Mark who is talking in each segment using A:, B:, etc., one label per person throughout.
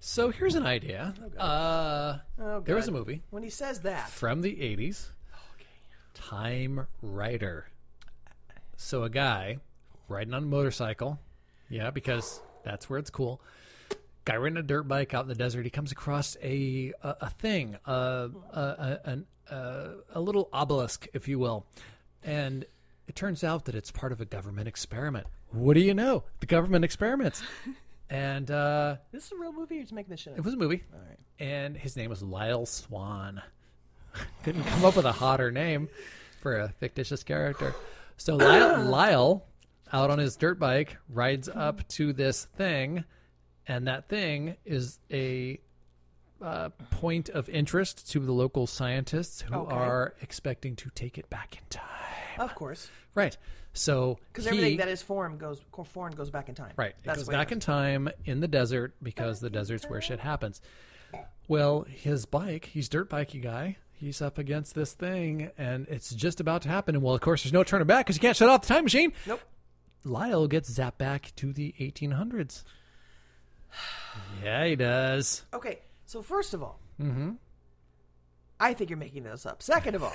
A: So here's an idea. Uh,
B: Oh,
A: there was
B: God.
A: a movie
B: When he says that,
A: from the 80s, Time Rider. So a guy riding on a motorcycle. Yeah, because that's where it's cool. Guy riding a dirt bike out in the desert. He comes across a a, a thing, a a, a, an, a a little obelisk, if you will, and it turns out that it's part of a government experiment. What do you know? The government experiments, and uh,
B: this is a real movie. Or just making this shit
A: it
B: up.
A: was a movie
B: All right.
A: and his name was Lyle Swan. Couldn't come up with a hotter name for a fictitious character. So Lyle, Lyle, out on his dirt bike, rides up to this thing, and that thing is a uh, point of interest to the local scientists who
B: Okay.
A: are expecting to take it back in time.
B: Of course,
A: Right. So
B: because
A: he-
B: everything that is foreign goes foreign goes back in time.
A: Right. It
B: That's
A: goes
B: the way
A: back in time in the desert because the desert's where shit happens. Well, his bike, he's dirt bikey guy. He's up against this thing and it's just about to happen. And well, of course, there's no turning back because you can't shut off the time machine.
B: Nope.
A: Lyle gets zapped back to the 1800s. Yeah, he does.
B: Okay, so first of all,
A: Mm-hmm.
B: I think you're making this up. Second of all,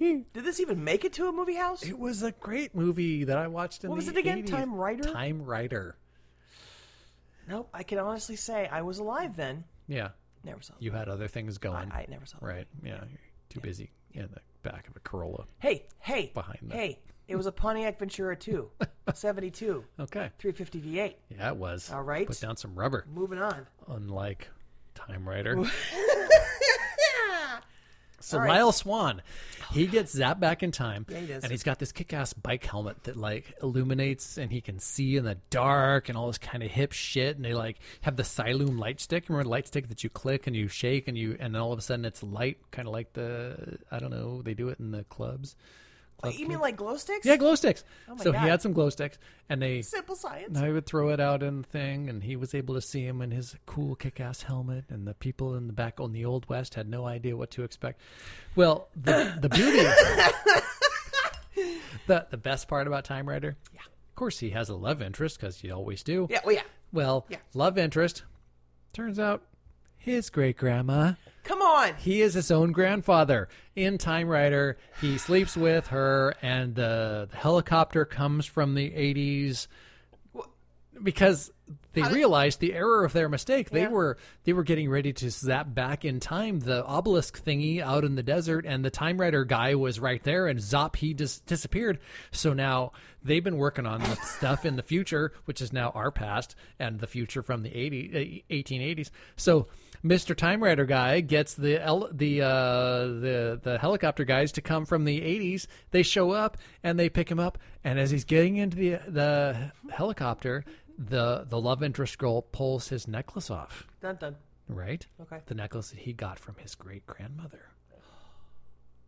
B: did this even make it to a movie house?
A: It was a great movie that I watched in
B: What
A: the
B: was it again?
A: 80s.
B: Time Rider?
A: Time Rider.
B: Nope. I can honestly say I was alive then.
A: Yeah.
B: Never saw. it.
A: You had other things going.
B: I, I never saw. it.
A: right. Yeah. You're too busy in the back of a Corolla.
B: Hey, hey,
A: Behind that.
B: Hey, it was a Pontiac Ventura 2, 72,
A: Okay.
B: 350 V8.
A: Yeah, it was.
B: All right.
A: Put down some rubber.
B: Moving on.
A: Unlike Time Rider. so
B: All right.
A: Lyle Swan, he gets zapped back in time.
B: Yeah, he does.
A: And he's got this kick ass bike helmet that like illuminates and he can see in the dark and all this kind of hip shit. And they like have the Siloom light stick. Remember the light stick that you click and you shake and you and then all of a sudden it's light, kinda like the I don't know, they do it in the clubs. Club
B: You mean
A: kids.
B: like glow sticks?
A: Yeah, glow sticks.
B: my
A: so
B: God.
A: he had some glow sticks and they
B: Simple science.
A: and I would throw it out in the thing, and he was able to see him in his cool kick-ass helmet, and the people in the back on the old west had no idea what to expect. Well, the the beauty, the the best part about Time Rider, yeah, of course he has a love interest because you always do.
B: Yeah, well, yeah.
A: Well,
B: Yeah.
A: love interest turns out his great grandma.
B: Come on.
A: He is his own grandfather. In Time Rider, he sleeps with her, and the, the helicopter comes from the 80s because they realized the error of their mistake. They
B: Yeah.
A: were they were getting ready to zap back in time the obelisk thingy out in the desert, and the Time Rider guy was right there, and zop, he dis- disappeared. So now they've been working on the stuff in the future, which is now our past and the future from the 80, uh, 1880s. So Mr. Time Rider guy gets the el- the uh, the the helicopter guys to come from the 80s. They show up and they pick him up, and as he's getting into the the helicopter, the the love interest girl pulls his necklace off,
B: Dun dun.
A: right?
B: Okay.
A: The necklace that he got from his great grandmother.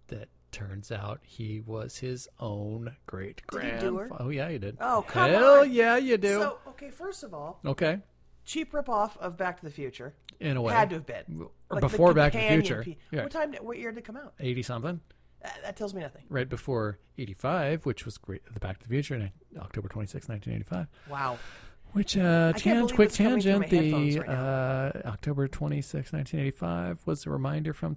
A: That turns out he was his own great
B: he do her?
A: grandfather. Oh yeah, you did.
B: Oh, come
A: Hell
B: on.
A: yeah, you do.
B: So, okay, first of all,
A: okay,
B: cheap ripoff of Back to the Future.
A: in a way,
B: Had to have been.
A: Or before Back to the
B: companion
A: Future.
B: pie-
A: Yeah.
B: What time? What year did it come out?
A: eighty something.
B: Uh, that tells me nothing.
A: right before 85, which was great, The Back to the Future, ni- October 26, 1985.
B: Wow.
A: Which, uh,
B: can't
A: tangent,
B: believe
A: quick
B: it's coming through my
A: tangent, the
B: headphones right
A: uh, October 26, 1985 was a reminder from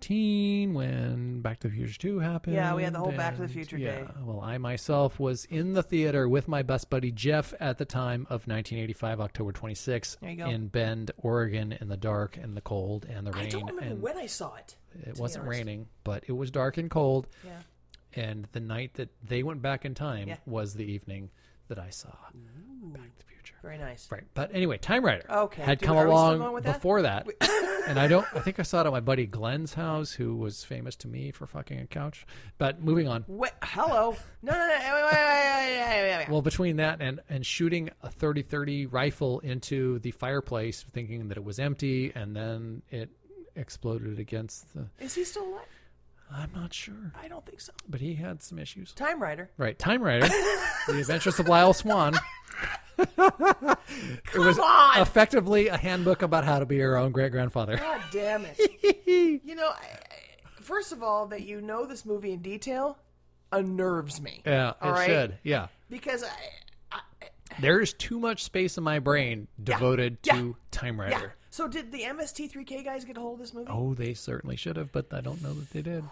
A: 2015 when Back to the Future 2 happened.
B: Yeah, we had the whole Back to the
A: and,
B: Future
A: yeah,
B: day.
A: Well, I myself was in the theater with my best buddy Jeff at the time of 1985, October 26,
B: There you go.
A: in Bend, Oregon, in the dark and the cold and the rain.
B: I don't remember
A: and
B: when I saw it.
A: it
B: be
A: wasn't
B: honest.
A: raining, but it was dark and cold
B: Yeah.
A: and the night that they went back in time
B: Yeah.
A: was the evening that I saw Back to the Future.
B: Very nice.
A: Right, but anyway, Time Rider
B: Okay,
A: had
B: do-
A: come
B: are we still
A: along
B: going with that?
A: before that, and I don't. I think I saw it at my buddy Glenn's house, who was famous to me for fucking a couch. But moving on.
B: Wait, hello. No, no, no. Wait, wait, wait, wait, wait, wait, wait, wait.
A: Well, between that and, and shooting a 30-30 rifle into the fireplace, thinking that it was empty, and then it exploded against the.
B: Is he still alive?
A: I'm not sure,
B: I don't think so.
A: but he had some issues.
B: Time Rider.
A: Right, Time Rider, The Adventures of Lyle Swan. it was
B: Come on!
A: effectively a handbook about how to be your own great grandfather.
B: God damn it. you know, I, I- first of all, that you know this movie in detail unnerves me.
A: Yeah, it
B: All right?
A: should. Yeah,
B: Because I, I
A: there is too much space in my brain devoted
B: Yeah.
A: to Time
B: yeah.
A: Rider.
B: So did the MST3K guys get a hold of this movie?
A: Oh, they certainly should have, but I don't know that they did.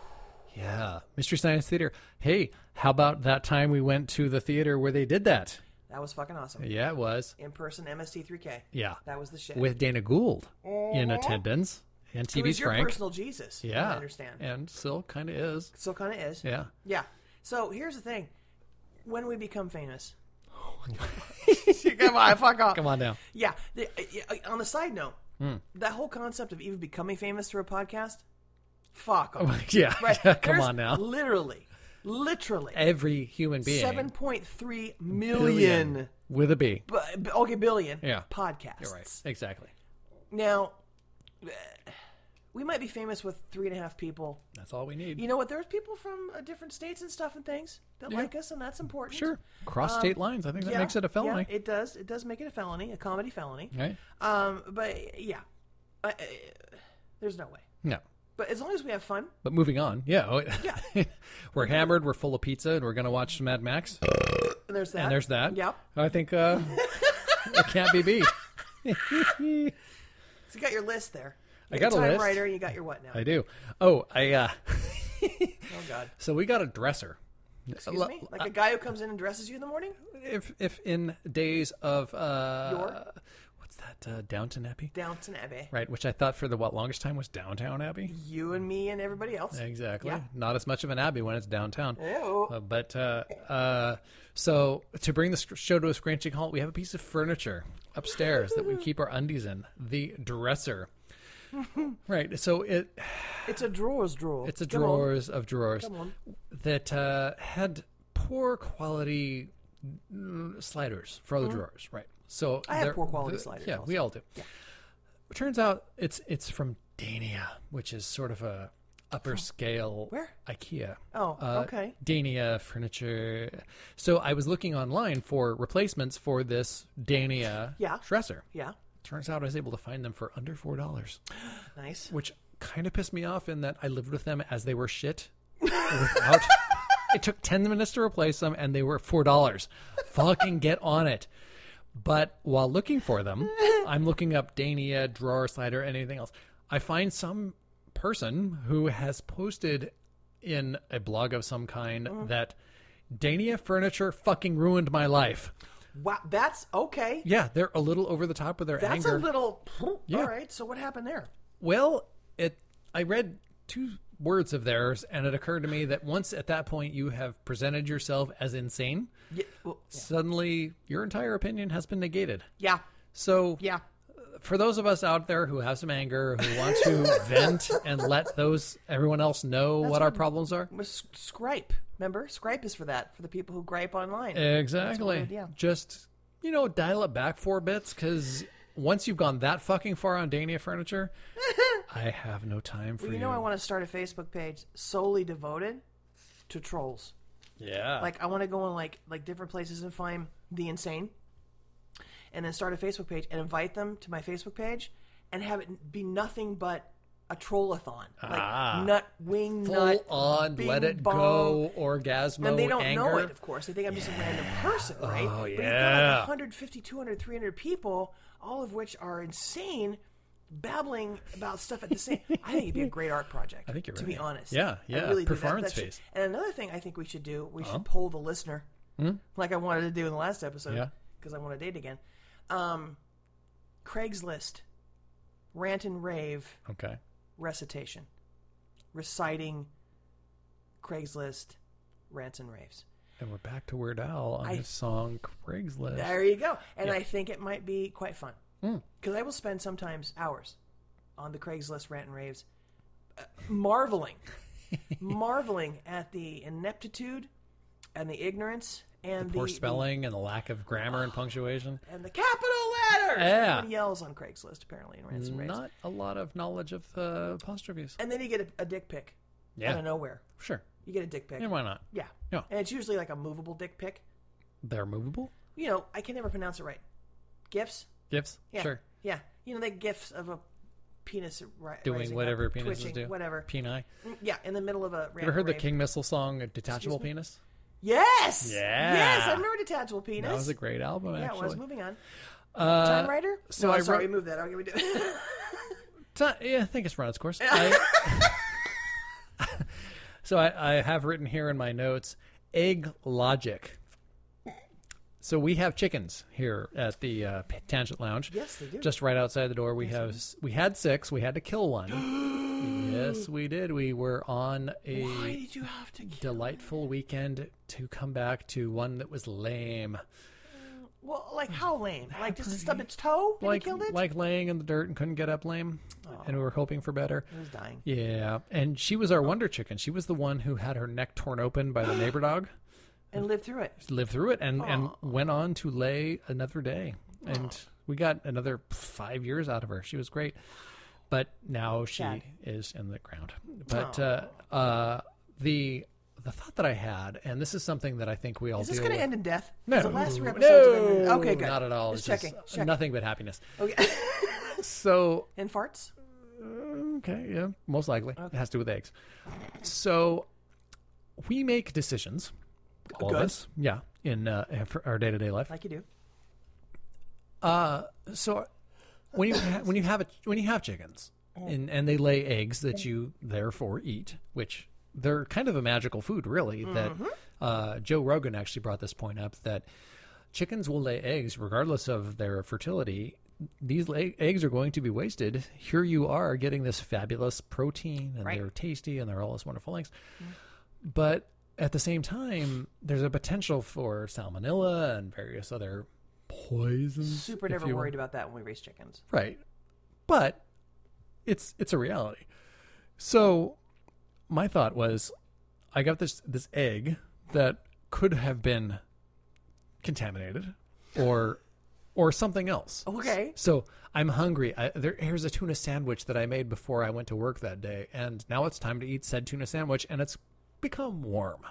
A: Yeah. Mystery Science Theater. Hey, how about that time we went to the theater where they did that?
B: That was fucking awesome.
A: Yeah, it was.
B: In person MST3K.
A: Yeah.
B: That was the shit.
A: With Dana Gould in attendance and
B: He
A: TV's
B: was your
A: Frank.
B: personal Jesus.
A: yeah.
B: I understand.
A: And still kind of is.
B: Still kind of is.
A: Yeah.
B: Yeah. So here's the thing: when we become famous, come on, fuck off.
A: Come on Hmm. now.
B: Yeah. The, uh, uh, on a side note, that whole concept of even becoming famous through a podcast, fuck off.
A: yeah.
B: Right.
A: Come
B: There's
A: on now.
B: Literally, literally,
A: Every human being.
B: seven point three
A: billion
B: million.
A: With a B.
B: bu- bu- okay, billion.
A: Yeah.
B: Podcasts.
A: You're right. Exactly.
B: Now, uh, we might be famous with three and a half people.
A: That's all we need.
B: You know what? There's people from uh, different states and stuff and things that like us, and that's important.
A: sure. Cross state lines. I think that
B: Um, Yeah,
A: makes it a felony.
B: Yeah, it does. It does make it a felony, a comedy felony.
A: right?
B: Um, but yeah, I, I- there's no way.
A: No.
B: But as long as we have fun,
A: But moving on. Yeah. oh,
B: Yeah.
A: we're hammered. We're full of pizza and we're going to watch Mad Max.
B: and there's that.
A: And there's that.
B: Yep.
A: I think uh, it can't be beat.
B: So you got your list there. You
A: I got
B: your
A: a
B: time
A: list.
B: writer, and you got your what now?
A: I do. Oh, I. Uh,
B: Oh God.
A: so we got a dresser. Uh,
B: Excuse
A: L-
B: me. Like a guy who comes in and dresses you in the morning.
A: If if in days of uh,
B: Your?
A: what's that uh, Downton Abbey,
B: Downton Abbey.
A: right? Which I thought for the what longest time was Downtown Abbey.
B: You and me and everybody else.
A: Exactly.
B: Yeah.
A: Not as much of an abbey when it's downtown.
B: Ew.
A: Uh, but uh, uh, so to bring this show to a screeching halt, we have a piece of furniture upstairs that we keep our undies in the dresser. right. So it
B: It's a drawers drawer.
A: it's a
B: Come on.
A: drawers of drawers
B: on.
A: that uh, had poor quality mm, sliders for all the drawers. Right. So
B: Mm-hmm. I have
A: they're-
B: poor quality
A: the-
B: sliders
A: Yeah,
B: also.
A: we all do. It turns out it's it's from Dania, which is sort of a upper scale
B: Where?
A: IKEA
B: Oh,
A: uh,
B: okay.
A: Dania furniture. So I was looking online for replacements for this Dania
B: Yeah.
A: dresser.
B: Yeah.
A: Turns out I was able to find them for under four dollars,
B: Nice.
A: which kind of pissed me off in that I lived with them as they were shit. Without, it took ten minutes to replace them, and they were four dollars. Fucking get on it. But while looking for them, I'm looking up Dania drawer slider, anything else. I find some person who has posted in a blog of some kind
B: Mm.
A: that Dania furniture fucking ruined my life.
B: Wow. That's okay.
A: Yeah, they're a little over the top with their
B: That's
A: anger.
B: a little.
A: Yeah.
B: All right. So what happened there?
A: well, it. I read two words of theirs, and it occurred to me that once at that point you have presented yourself as insane,
B: Yeah. well,
A: suddenly your entire opinion has been negated.
B: yeah.
A: So
B: Yeah.
A: for those of us out there who have some anger, who want to vent and let those everyone else know what, our problems are.
B: With S- Scripe. Remember, Scripe is for that for the people who gripe online.
A: Exactly.
B: That's what I- yeah.
A: Just you know, dial it back four bits because once you've gone that fucking far on Dania furniture, I have no time for
B: you
A: you.
B: know, I want to start a Facebook page solely devoted to trolls.
A: yeah,
B: Like, I want to go on like like different places and find the insane, and then start a Facebook page and invite them to my Facebook page, and have it be nothing but a trollathon, like
A: Ah.
B: nut wing
A: full
B: nut
A: on,
B: bing
A: let it
B: bong.
A: go, orgasmo,
B: And they don't
A: anger.
B: know it, of course. They think I'm just a random person, right?
A: Oh,
B: but you've got
A: yeah.
B: like 150, 200, 300 people, all of which are insane, babbling about stuff at the same. I think it'd be a great art project. I
A: think you're
B: to be
A: right.
B: honest.
A: Yeah,
B: I
A: yeah,
B: really do. That-
A: performance
B: that should-
A: based. Uh-huh.
B: And another thing I think we should do, we should poll the listener, like I wanted to do in the last episode,
A: Hmm? Yeah.
B: because I want to date again. Um, Craigslist, rant and rave
A: Okay,
B: recitation, reciting Craigslist rants and raves.
A: and we're back to Weird Al on
B: I-
A: his song Craigslist.
B: There you go. And I think it might be quite fun
A: Hmm.
B: because I will spend sometimes hours on the Craigslist rant and raves, uh, marveling, marveling at the ineptitude and the ignorance and the,
A: Poor
B: the-
A: spelling and the lack of grammar and punctuation.
B: and the capital letters.
A: Yeah.
B: Everyone yells on Craigslist apparently in rants and raves.
A: Not a lot of knowledge of the apostrophes.
B: And then you get a, a dick pic out
A: Yeah,
B: of nowhere.
A: sure.
B: You get a dick pic.
A: And why not?
B: Yeah.
A: Yeah.
B: And it's usually like a movable dick pic.
A: They're movable
B: You know, I can never pronounce it right. Gifts.
A: gifts.
B: Yeah.
A: Sure.
B: Yeah. You know, the gifts of a penis ri-
A: Doing
B: rising
A: whatever
B: up,
A: penises
B: twitching,
A: do.
B: Whatever.
A: Peni.
B: Mm, Yeah, in the middle of a.
A: You ever heard the
B: rave.
A: King Missile song uh, "Detachable Penis"?
B: Yes.
A: Yeah.
B: Yes, I remember detachable penis.
A: That was a great album.
B: yeah,
A: Actually, Uh,
B: it was. Moving on. Time Rider?
A: so
B: no,
A: I
B: sorry,
A: wrote-
B: move that. Okay, we do.
A: Ti- yeah, I think it's run its course. I- so I, I have written here in my notes egg logic. So we have chickens here at the uh, P- Tangent Lounge.
B: Yes, they do.
A: Just right outside the door, we have s- we had six. We had to kill one. yes, we did. We were on a
B: Why did you have to? Kill?
A: delightful weekend to come back to one that was lame,
B: Well, like how lame? Like just stub its toe and
A: like
B: you killed it?
A: like laying in the dirt and couldn't get up, lame. And we were hoping for better.
B: it was dying.
A: Yeah, and she was our
B: Oh.
A: wonder chicken. She was the one who had her neck torn open by the neighbor dog,
B: And lived through it.
A: lived through it, and, and went on to lay another day. And we got another five years out of her. She was great, but now she
B: Sad.
A: is in the ground. But uh, uh, the the thought that I had, and this is something that I think we all
B: Is this
A: deal
B: going to
A: with.
B: end in death? 'Cause
A: No,
B: The last three
A: no,
B: episodes have been- okay, good.
A: Not at all.
B: Just
A: It's
B: checking.
A: just
B: checking.
A: nothing but happiness.
B: Okay.
A: So
B: and farts?
A: Okay, yeah, most likely. It has to do with eggs. So we make decisions, all
B: Good.
A: of us, yeah, in uh, for our day to day life.
B: Like you do.
A: So when you ha- when you have a, when you have chickens and and they lay eggs that you therefore eat, which they're kind of a magical food, really. That
B: Mm-hmm.
A: uh, Joe Rogan actually brought this point up that chickens will lay eggs regardless of their fertility. These lay- eggs are going to be wasted. Here you are getting this fabulous protein, and
B: Right.
A: they're tasty, and they're all those wonderful things. But at the same time, there's a potential for salmonella and various other poisons.
B: Super
A: if
B: never
A: you will.
B: worried about that when we raise chickens.
A: Right. But it's it's a reality. So my thought was I got this this egg that could have been contaminated or or something else.
B: Okay.
A: So I'm hungry. I, there, here's a tuna sandwich that I made before I went to work that day, and now it's time to eat said tuna sandwich, and it's become warm.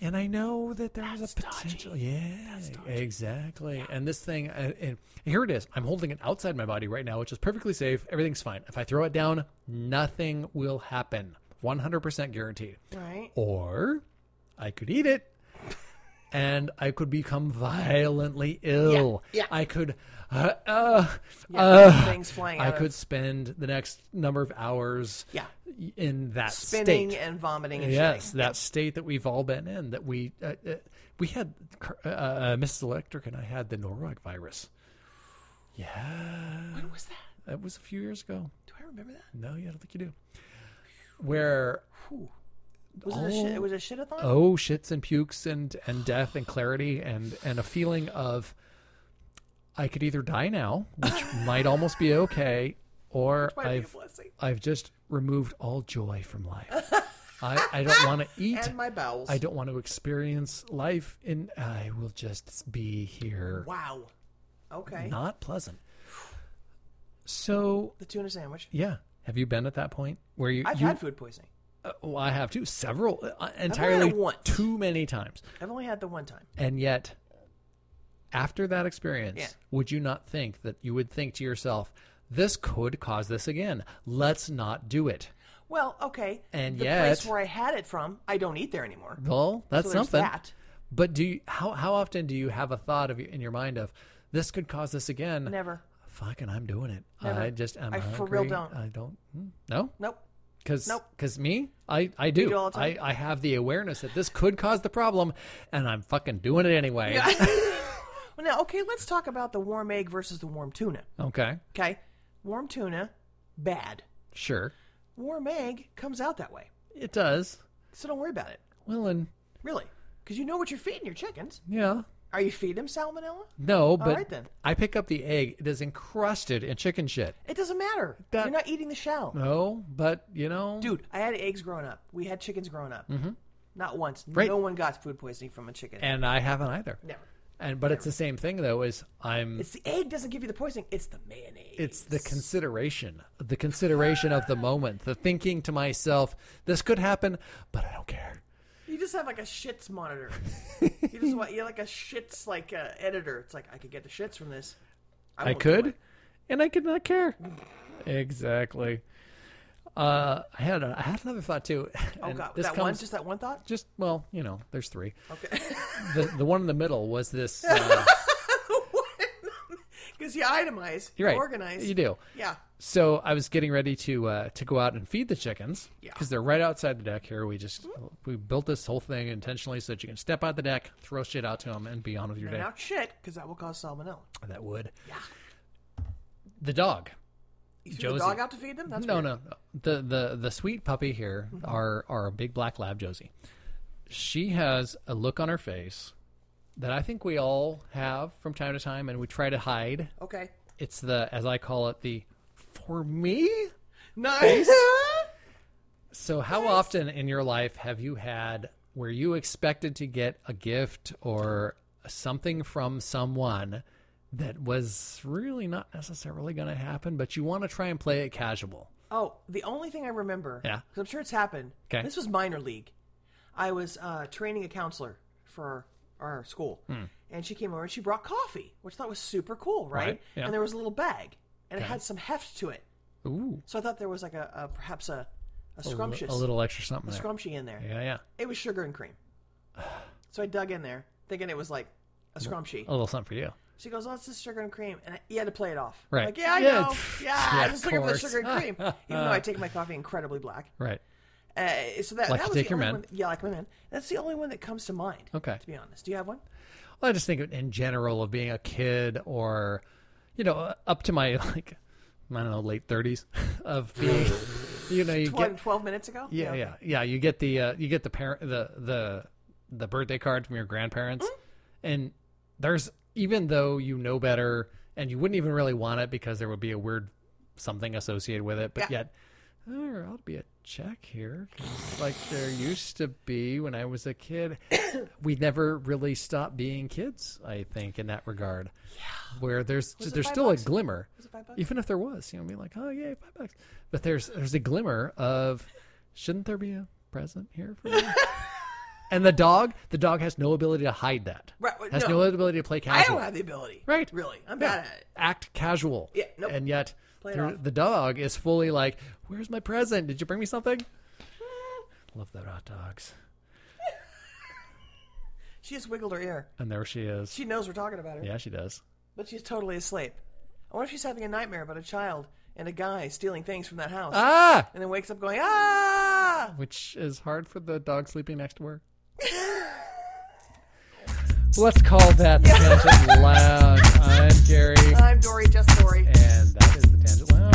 A: And I know that there's a potential. Yeah, exactly. And this thing, uh, and here it is. I'm holding it outside my body right now, which is perfectly safe. Everything's fine. If I throw it down, nothing will happen. 100% guaranteed.
B: Right?
A: Or I could eat it and I could become violently ill.
B: yeah.
A: I could. Uh, uh,
B: Yeah,
A: uh,
B: things flying out
A: I
B: of-
A: could spend the next number of hours
B: Yeah.
A: in that
B: Spinning
A: state.
B: and vomiting and
A: yes,
B: shitting.
A: that state that we've all been in. That we uh, uh, we had uh, uh, Mrs. Electric and I had the Norwalk virus. Yeah,
B: When was that?
A: that was a few years ago.
B: Do I remember that?
A: No, yeah, I don't think you do. Where
B: Was it a shit?
A: Oh.
B: It was a shitathon.
A: oh shits and pukes and and death and clarity and and a feeling of I could either die now, which might almost be okay, or
B: Might be a
A: I've
B: blessing.
A: I've just removed all joy from life. I, I don't want to eat.
B: And my bowels.
A: I don't want to experience life, and I will just be here.
B: Wow. Okay.
A: Not pleasant. So
B: The tuna sandwich.
A: yeah, have you been at that point where you?
B: I've
A: you
B: had food poisoning.
A: uh, well, I have too. Several uh,
B: had
A: entirely
B: it once.
A: too many times.
B: I've only had the one time.
A: And yet, after that experience,
B: Yeah.
A: would you not think that you would think to yourself, this could cause this again? Let's not do it.
B: Well, okay.
A: And
B: the
A: yet-
B: place where I had it from, I don't eat there anymore.
A: Well, that's
B: So there's
A: something.
B: that.
A: But do you, how how often do you have a thought of in your mind of this could cause this again?
B: Never.
A: Fucking, I'm doing it.
B: Never.
A: I just I'm
B: I
A: hungry.
B: for real don't.
A: I don't. hmm, No,
B: Nope.
A: because
B: Nope.
A: me, I I do.
B: do all the time.
A: I I have the awareness that this could cause the problem, and I'm fucking doing it anyway.
B: Well, now, okay, let's talk about the warm egg versus the warm tuna.
A: Okay,
B: Okay, warm tuna, bad.
A: sure,
B: Warm egg comes out that way,
A: it does.
B: so don't worry about it,
A: Well, and
B: really, because you know what you're feeding your chickens.
A: yeah,
B: Are you feeding them salmonella?
A: No, but
B: right then.
A: I pick up the egg. It is encrusted in chicken shit.
B: It doesn't matter.
A: That-
B: You're not eating the shell.
A: No, but you know,
B: Dude, I had eggs growing up. We had chickens growing up. Mm-hmm. Not once.
A: Right.
B: No one got food poisoning from a chicken.
A: and I haven't either.
B: Never.
A: And but it's the same thing though. Is I'm
B: It's the egg doesn't give you the poisoning. It's the mayonnaise.
A: it's the consideration, the consideration of the moment, the thinking to myself, this could happen, but I don't care.
B: You just have like a shits monitor. you just want you're like a shits like uh, editor. It's like I could get the shits from this.
A: I
B: won't do
A: could,
B: it.
A: and I could not care. exactly. Uh, I had a, I had another thought too.
B: Oh
A: and
B: god,
A: this
B: that one,
A: comes-
B: just that one thought.
A: just well, you know, there's three.
B: Okay.
A: The the one in the middle was this. Uh,
B: because you itemize, you
A: You're right.
B: organize.
A: You do.
B: Yeah.
A: So I was getting ready to uh, to go out and feed the chickens
B: Yeah.
A: because they're right outside the deck here. We just we built this whole thing intentionally so that you can step out the deck, throw shit out to them, and be on with your
B: And
A: day.
B: not shit, because that will cause salmonella.
A: That would. The dog.
B: You threw
A: Josie.
B: the dog out to feed them? That's
A: no,
B: weird.
A: no, no. The the the sweet puppy here, our our big black lab Josie. She has a look on her face that I think we all have from time to time, and we try to hide.
B: Okay.
A: It's the, as I call it, the for me.
B: Nice.
A: So, how often in your life have you had where you expected to get a gift or something from someone that was really not necessarily going to happen, but you want to try and play it casual?
B: Oh, the only thing I remember,
A: Yeah.
B: 'cause I'm sure it's happened.
A: 'Kay.
B: This was minor league. I was uh, training a counselor for our school,
A: Hmm.
B: and she came over and she brought coffee, which I thought was super cool, right?
A: Right, yeah.
B: And there was a little bag, and it had some heft to it.
A: Ooh,
B: So I thought there was like a, a perhaps a, a
A: a,
B: scrumptious,
A: a little extra something there.
B: scrumptious in there.
A: Yeah, yeah.
B: It was sugar and cream. So I dug in there, thinking it was like a scrumptious.
A: A little something for you.
B: She goes, "Oh, it's just sugar and cream," and I- you had to play it off.
A: Right.
B: Like, yeah, I
A: Yeah,
B: know.
A: it's-
B: Yeah,
A: yeah,
B: I
A: of
B: just looking for the
A: course.
B: sugar and cream. Even though I take my coffee incredibly black.
A: Right.
B: Uh, so that,
A: Like
B: that
A: you
B: was
A: take
B: the
A: your
B: only
A: men.
B: one. Yeah, like my man. That's the only one that comes to mind.
A: Okay.
B: To be honest, do you have one?
A: Well, I just think in general of being a kid or, you know, up to my, like, I don't know, late 30s of being, you know, you
B: One
A: get.
B: 12 minutes ago.
A: Yeah,
B: okay.
A: yeah, yeah. You get the uh, you get the parent the the the birthday card from your grandparents,
B: Mm-hmm.
A: and there's even though you know better and you wouldn't even really want it because there would be a weird something associated with it, but
B: Yeah.
A: yet there ought to be a check here, 'cause like there used to be when I was a kid. we never really stopped being kids, I think, in that regard. Yeah. Where there's
B: it
A: there's
B: five
A: still
B: bucks?
A: a glimmer
B: Was it five bucks?
A: even if there was, you know, be like, oh yeah, five bucks. But there's there's a glimmer of, shouldn't there be a present here for me? and the dog, the dog has no ability to hide that.
B: Right, well,
A: Has
B: no.
A: no, ability to play
B: I
A: casual.
B: don't have the ability.
A: Right.
B: Really, I'm
A: Yeah.
B: bad at it.
A: Act casual.
B: Yeah, nope.
A: And yet,
B: Play it
A: there-
B: off.
A: the dog is fully like, where's my present? Did you bring me something? Love the hot dogs.
B: She just wiggled her ear.
A: And there she is.
B: She knows we're talking about her,
A: yeah, she does.
B: but she's totally asleep. I wonder if she's having a nightmare about a child and a guy stealing things from that house,
A: Ah,
B: and then wakes up going, "Ah!"
A: which is hard for the dog sleeping next to her. Let's call that the Tangent Lounge. I'm Gary,
B: I'm Dory, just Dory.
A: Eh. and that is the Tangent Lounge.